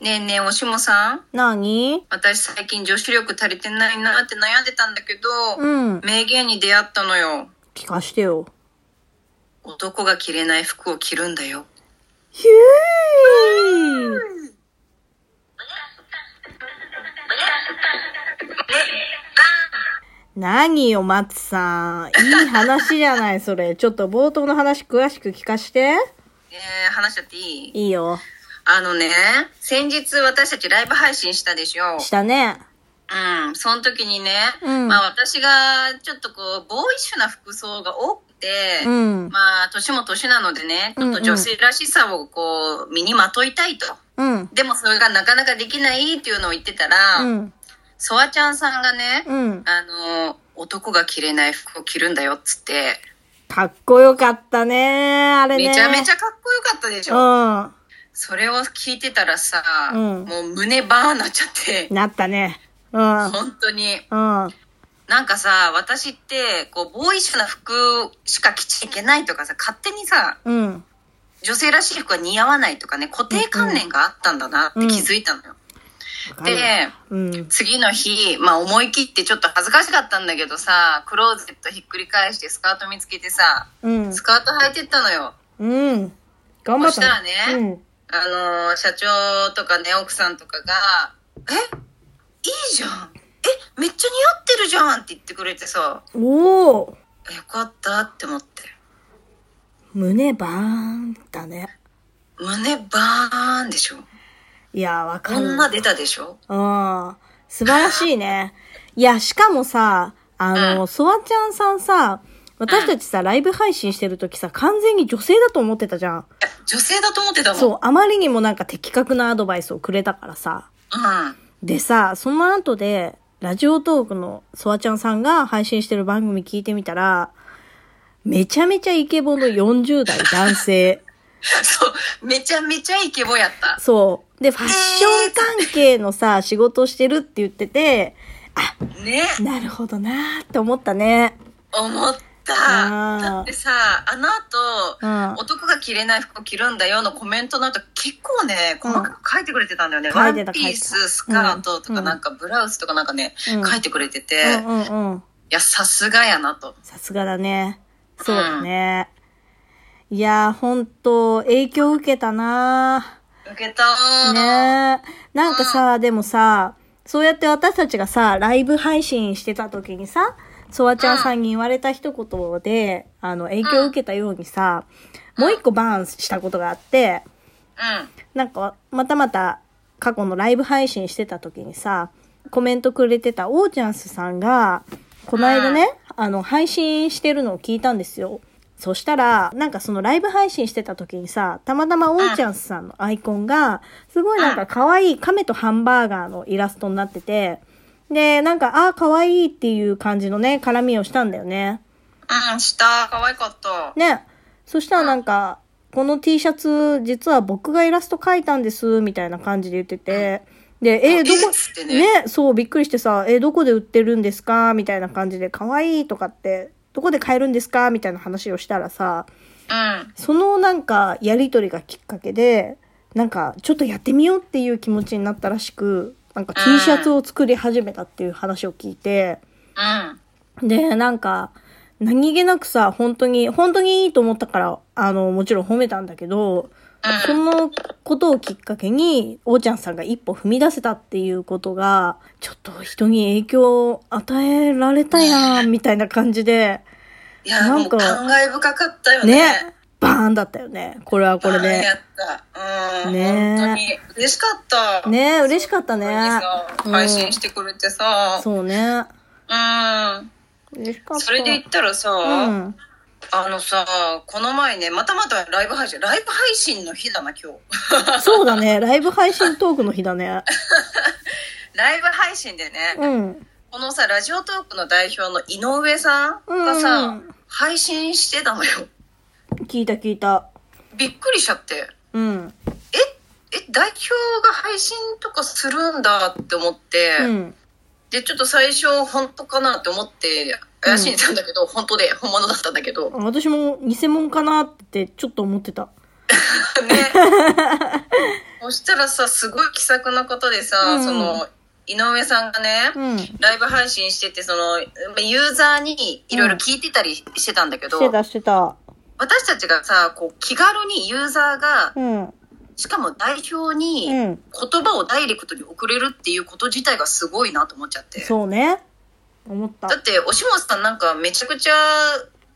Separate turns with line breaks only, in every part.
ねえねえ、おしもさん。
なに
私最近女子力足りてないなって悩んでたんだけど、
うん。
名言に出会ったのよ。
聞かしてよ。
男が着れない服を着るんだよ。
ひゅー何よ、松さん。いい話じゃない、それ。ちょっと冒頭の話詳しく聞かして。
ねえ、話しちゃっていい
いいよ。
あのね、先日私たちライブ配信したでしょ。
したね。
うん。その時にね、
うん
まあ私がちょっとこう、ボーイッシュな服装が多くて、
うん。
まあ年も年なのでね、ちょっと女性らしさをこう、身にまといたいと。
うん。
でもそれがなかなかできないっていうのを言ってたら、
うん。
ソワちゃんさんがね、
うん。
あの、男が着れない服を着るんだよっつって、
かっこよかったねあれね。
めちゃめち
ゃ。
ゃかっこよかったでしょ。それを聞いてたらさ、
うん
もう胸バーンなっちゃって
うん。、なったね。うん。うん。
本当に。なんかさ、私って、こう、ボーイッシュな服しか着ちゃいけないとかさ、勝手にさ、
うん。
女性らしい服は似合わないとかね、固定観念があったんだなって気づいたのよ。
わか
で
る、うん。
次の日、まあ思い切ってちょっと恥ずかしかったんだけどさ、クローゼットひっくり返してスカート見つけてさ、
うん
ス。カート履いてったのよ。
うん。頑張った。
そしたらね
うん。
あのー社長とかね、奥さんとかが、えいいじゃんえめっちゃ似合ってるじゃんって言ってくれてさ、
おお
よかったって思って。
胸バーンだね。
胸バーンでしょ
いや、わかる。
女出たでしょ
うん。素晴らしいね。 いや、しかもさ、あ
う
の、ソワちゃんさんさ、私たちさ、ライブ配信してるときさ、完全に女性だと思ってたじゃん。
女性だと思ってたもん。
そう、あまりにもなんか的確なアドバイスをくれたからさ。
うん。
でさ、その後で、ラジオトークのソワちゃんさんが配信してる番組聞いてみたら、めちゃめちゃイケボの40代男性。
そう。めちゃめちゃイケボやった。
そう。で、ファッション関係のさ、仕事してるって言ってて、あ、
ね。
なるほどなーって思ったね。
思った。
あー
だってさ、あの後、
うん。
男が着れない服を着るんだよのコメントの後結構ね細かく書いてくれてたんだよね、
うん
ワ
書いて
ン
た
ピー
書いて
ス
た
スカートとか
うん
なんかブラウスとかなんかね、
うん
書いてくれてて、
うん
い
うんうん。
やさすがやなと
さすがだね。そうだね。いやー、ほんと、影響受けたな
受けた
ー。
ー
ねー。なんかさ、でもさ、そうやって私たちがさ、ライブ配信してた時にさ、ソワちゃんさんに言われた一言で、あの、影響を受けたようにさ、もう一個バーンしたことがあって、なんか、またまた過去のライブ配信してた時にさ、コメントくれてたオーチャンスさんが、この間ね、あの、配信してるのを聞いたんですよ。そしたら、なんかそのライブ配信してた時にさ、たまたまオーチャンスさんのアイコンが、すごいなんか可愛い亀とハンバーガーのイラストになってて、で、なんか、ああー、可愛いっていう感じのね、絡みをしたんだよね。
うんうんした可愛かった
ね。そしたらなんか、この T シャツ、実は僕がイラスト描いたんです、みたいな感じで言ってて。で、え
え
ーど
っ
こ、
つってね
ね、そう、びっくりしてさ、えーどこで売ってるんですかみたいな感じで、可愛いとかって、どこで買えるんですかみたいな話をしたらさ、
うん
そのなんか、やりとりがきっかけで、なんか、ちょっとやってみようっていう気持ちになったらしく、なんか T シャツを作り始めたっていう話を聞いて、
うん
で、なんか、何気なくさ、本当に、本当にいいと思ったから、あの、もちろん褒めたんだけど、そのことをきっかけに、おーちゃんさんが一歩踏み出せたっていうことが、ちょっと人に影響を与えられたやん、みたいな感じで、
いや
な
も
ん
う
か
感慨深かったよね
ね、バーンだったよね。これはこれ
あーや
で。
ったうん、
ね
本当に嬉しかった
ね嬉しかった
本当
ね
にさ。
うん
配信してくれてさ、
そうね。
うん
嬉しかった。
それで言ったらさ、
うん。
あのさ、この前ね、またまたライブ配信、ライブ配信の日だな、今日。
そうだね。ライブ配信トークの日だね。
ライブ配信でね、
うん。
このさ、ラジオトークの代表の井上さんがさ、
うん
配信してたのよ。
聞いた聞いた。
びっくりしちゃって。
うん。
え、え、代表が配信とかするんだって思って、
うん。
で、ちょっと最初、本当かなって思って、怪しんでたんだけど、本当で、本物だったんだけど、
私も偽物かなってちょっと思ってた。
ね。そしたらさ、すごい気さくなことでさ、
うん
その、井上さんがね、
うん。
ライブ配信してて、その、ユーザーにいろいろ聞いてたりしてたんだけど、
してたしてた。
私たちがさ、こう、気軽にユーザーが、
うん。
しかも代表に、
うん。
言葉をダイレクトに送れるっていうこと自体がすごいなと思っちゃって。
そうね。思った
だ。って、おしもさんなんかめちゃくちゃ、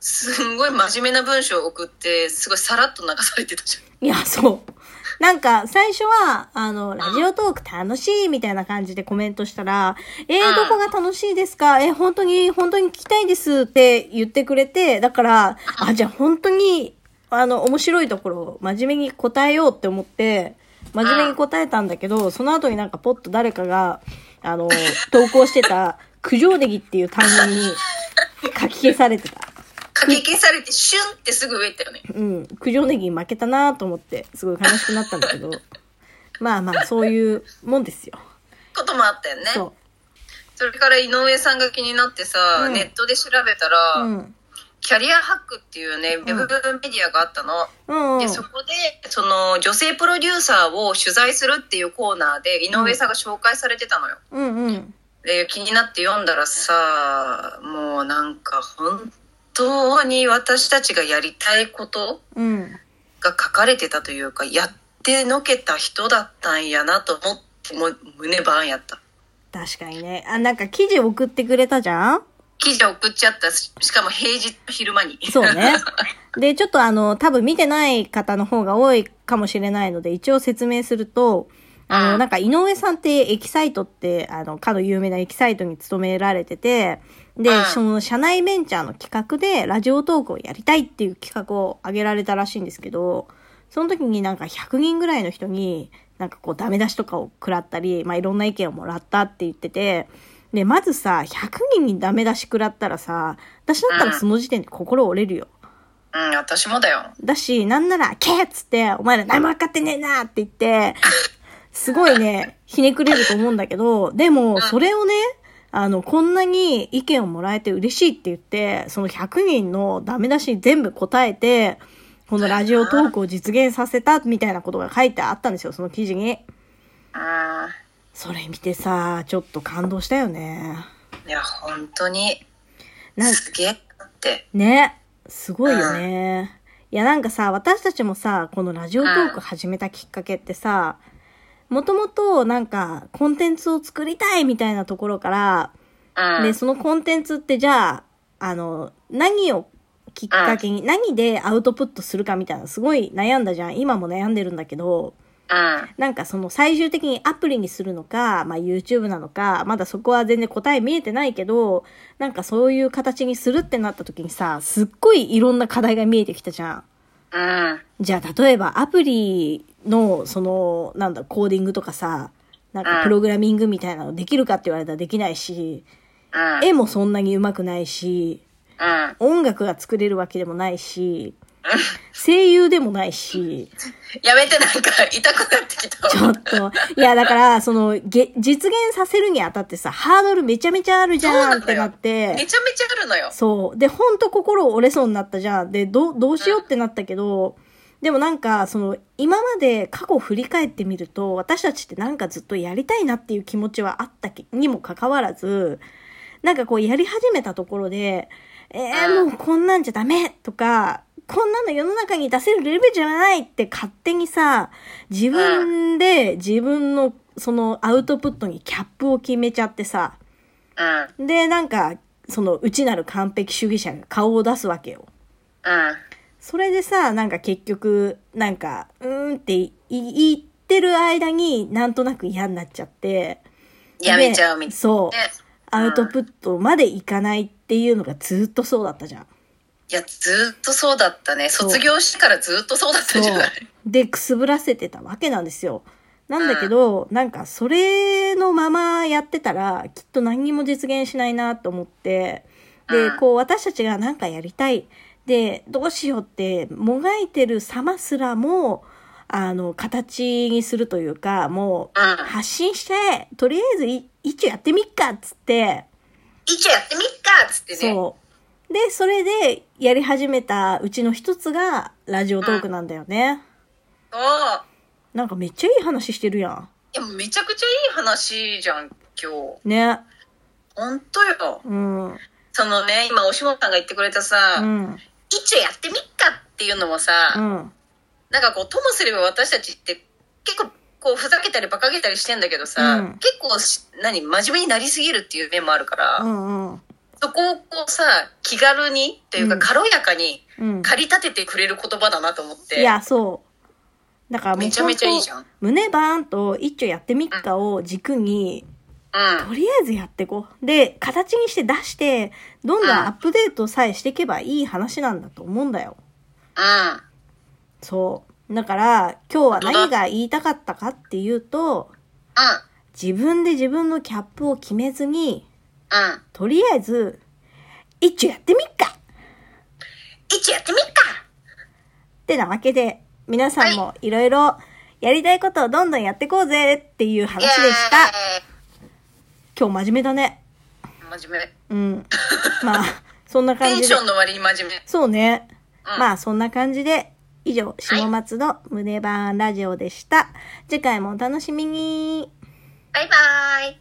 すんごい真面目な文章を送って、すごいさらっと流されてたじ ゃん。
いや、そう。なんか、最初は、あの、ラジオトーク楽しいみたいな感じでコメントしたら、え
う
ー、
ん
どこが楽しいですかえー、本当に、本当に聞きたいですって言ってくれて、だから、あ、じゃあ本当に、あの、面白いところを真面目に答えようって思って、真面目に答えたんだけど、その後になんかポッと誰かが、あの、投稿してた、九条ネギっていう単語に書き消されてた。
かき消されて、シュンってすぐ上行ったよね。
うん、九条ネギに負けたなと思って、すごい悲しくなったんだけ ど。まあまあ、そういうもんですよ。
こともあったよね。
そ
それから井上さんが気になってさ、
うん
ネットで調べた
う。
ら、
うん。
キャリアハックっていうね、ウェブメディアがあったの。
うん、うん
で、。そこで、その、女性プロデューサーを取材するっていうコーナーで、井上さんが紹介されてたのよ。
うんうん。
で、気になって読んだらさ、もうなんか本当に私たちがやりたいこと
うん。
が書かれてたというか、やってのけた人だったんやなと思って、もう胸バーンやった。
確かにね。あ、なんか記事送ってくれたじゃん
記事送っちゃったし、しかも平日の昼間に。
そう ね。で、ちょっとあの、多分見てない方の方が多いかもしれないので、一応説明すると、あ
う
の、
ん
なんか井上さんってエキサイトって、あの、かの有名なエキサイトに勤められてて、で
うん、
その社内ベンチャーの企画でラジオトークをやりたいっていう企画を挙げられたらしいんですけど、その時になんか100人ぐらいの人に、なんかこうダメ出しとかを食らったり、まあいろんな意見をもらったって言ってて、で、まずさ、100人にダメ出し食らったらさ、私だったらその時点で心折れるよ。
うん、私もだよ。
だし、なんなら、けっつって、お前ら何も分かってねえなって言って、すごいね、ひねくれると思うんだけど、でも、それをね、あの、こんなに意見をもらえて嬉しいって言って、その100人のダメ出しに全部答えて、このラジオトークを実現させたみたいなことが書いてあったんですよ、その記事に。
う
それ見てさ、ちょっと感動したよ
ん。
ね。
いや、本当に、
なん
すげえなって。
ね。すごいよね。いや、なんかさ、私たちもさ、このラジオトーク始めたきっかけってさ、もともとなんか、コンテンツを作りたいみたいなところから、
うん。
で、そのコンテンツってじゃあ、あの、何をきっかけに、何でアウトプットするかみたいな、すごい悩んだじゃん。今も悩んでるんだけど、
うん。
なんかその最終的にアプリにするのか、まあ YouTube なのか、まだそこは全然答え見えてないけど、なんかそういう形にするってなった時にさ、すっごいいろんな課題が見えてきたじゃん。
うん。
じゃあ例えばアプリの、その、なんだ、コーディングとかさ、なんかプログラミングみたいなのできるかって言われたらできないし、
うん。
絵もそんなに上手くないし、
うん。
音楽が作れるわけでもないし、声優でもないし、
やめてなんか痛くなってきたわ
ちょっと。いや、だから、その、げ、実現させるにあたってさ、ハードルめちゃめちゃあるじゃんってなっ
め
て。
ちゃめちゃあるのよ。
そう。で、ほんと心折れそうになったじゃん。で、どう、どうしようってなったけど、でもなんか、その、今まで過去を振り返ってみると、私たちってなんかずっとやりたいなっていう気持ちはあったきにもかかわらず、なんかこうやり始めたところで、えー、もうこんなんじゃダメとか、こんなの世の中に出せるレベルじゃないって勝手にさ、自分で自分のそのアウトプットにキャップを決めちゃってさ、
うん。
で、なんか、その内なる完璧主義者が顔を出すわけよ。
うん。
それでさ、なんか結局、なんか、うーんってい言ってる間になんとなく嫌になっちゃって。
やめちゃうみ
で
たい
そう
な。。ね
アウトプットまでいかないっていうのがずっとそうだったじゃん。
いや、ずっとそうだったね。
そう
卒業してからずっとそうだったんじゃない
で、くすぶらせてたわけなんですよ。なんだけど、なんかそれのままやってたら、きっと何にも実現しないなと思って、で
う、ん
こう私たちがなんかやりたい。で、どうしようって、もがいてる様すらも、あの、形にするというか、も
うん
う、。発信して、とりあえずい一応やってみっかっつって、
一応やってみっかっつってね。
そう。で、それでやり始めたうちの一つがラジオトークなんだよね。
あ
なんかめっちゃいい話してるやん。
いや、めちゃくちゃいい話じゃん、今日。
ね。
ほんとよ。
うん。
そのね、今、おしもさんが言ってくれたさ、
うん。
一応やってみっかっていうのもさ、
うん。
なんかこう、ともすれば私たちって、結構、こう、ふざけたり、馬鹿げたりしてんだけどさ、
うん
結構し、何、真面目になりすぎるっていう面もあるから、
うん。うん。
そこをこうさ、気軽に、という
う
か、
ん
軽やかに、
うん。
駆り立ててくれる言葉だなと思って。
いや、そう。だからもう
めちゃめちゃいいじゃん
ほと胸バーンと一丁やってみっかを軸に、
うん。
とりあえずやってこう。で、形にして出して、どんどんアップデートさえしていけばいい話なんだと思うんだよ。
うん。
そう。だから、今日は何が言いたかったかっていうと、
う
自分で自分のキャップを決めずに、
ん。うん。
とりあえず、一丁やってみっか
一応やってみっか
ってなわけで、皆さんもいろいろやりたいことをどんどんやってこうぜっていう話でした。今日真面目だね。
イエーイ真面
うん。まあ、そんな
目。テ
感
ン
じ
シ
で
ョ。ンの割に真面目。
そうね。
うん
まあ、そんな感じで、以上、下松の胸バーンラジオでした。次回もお楽しみに。
バイバーイ。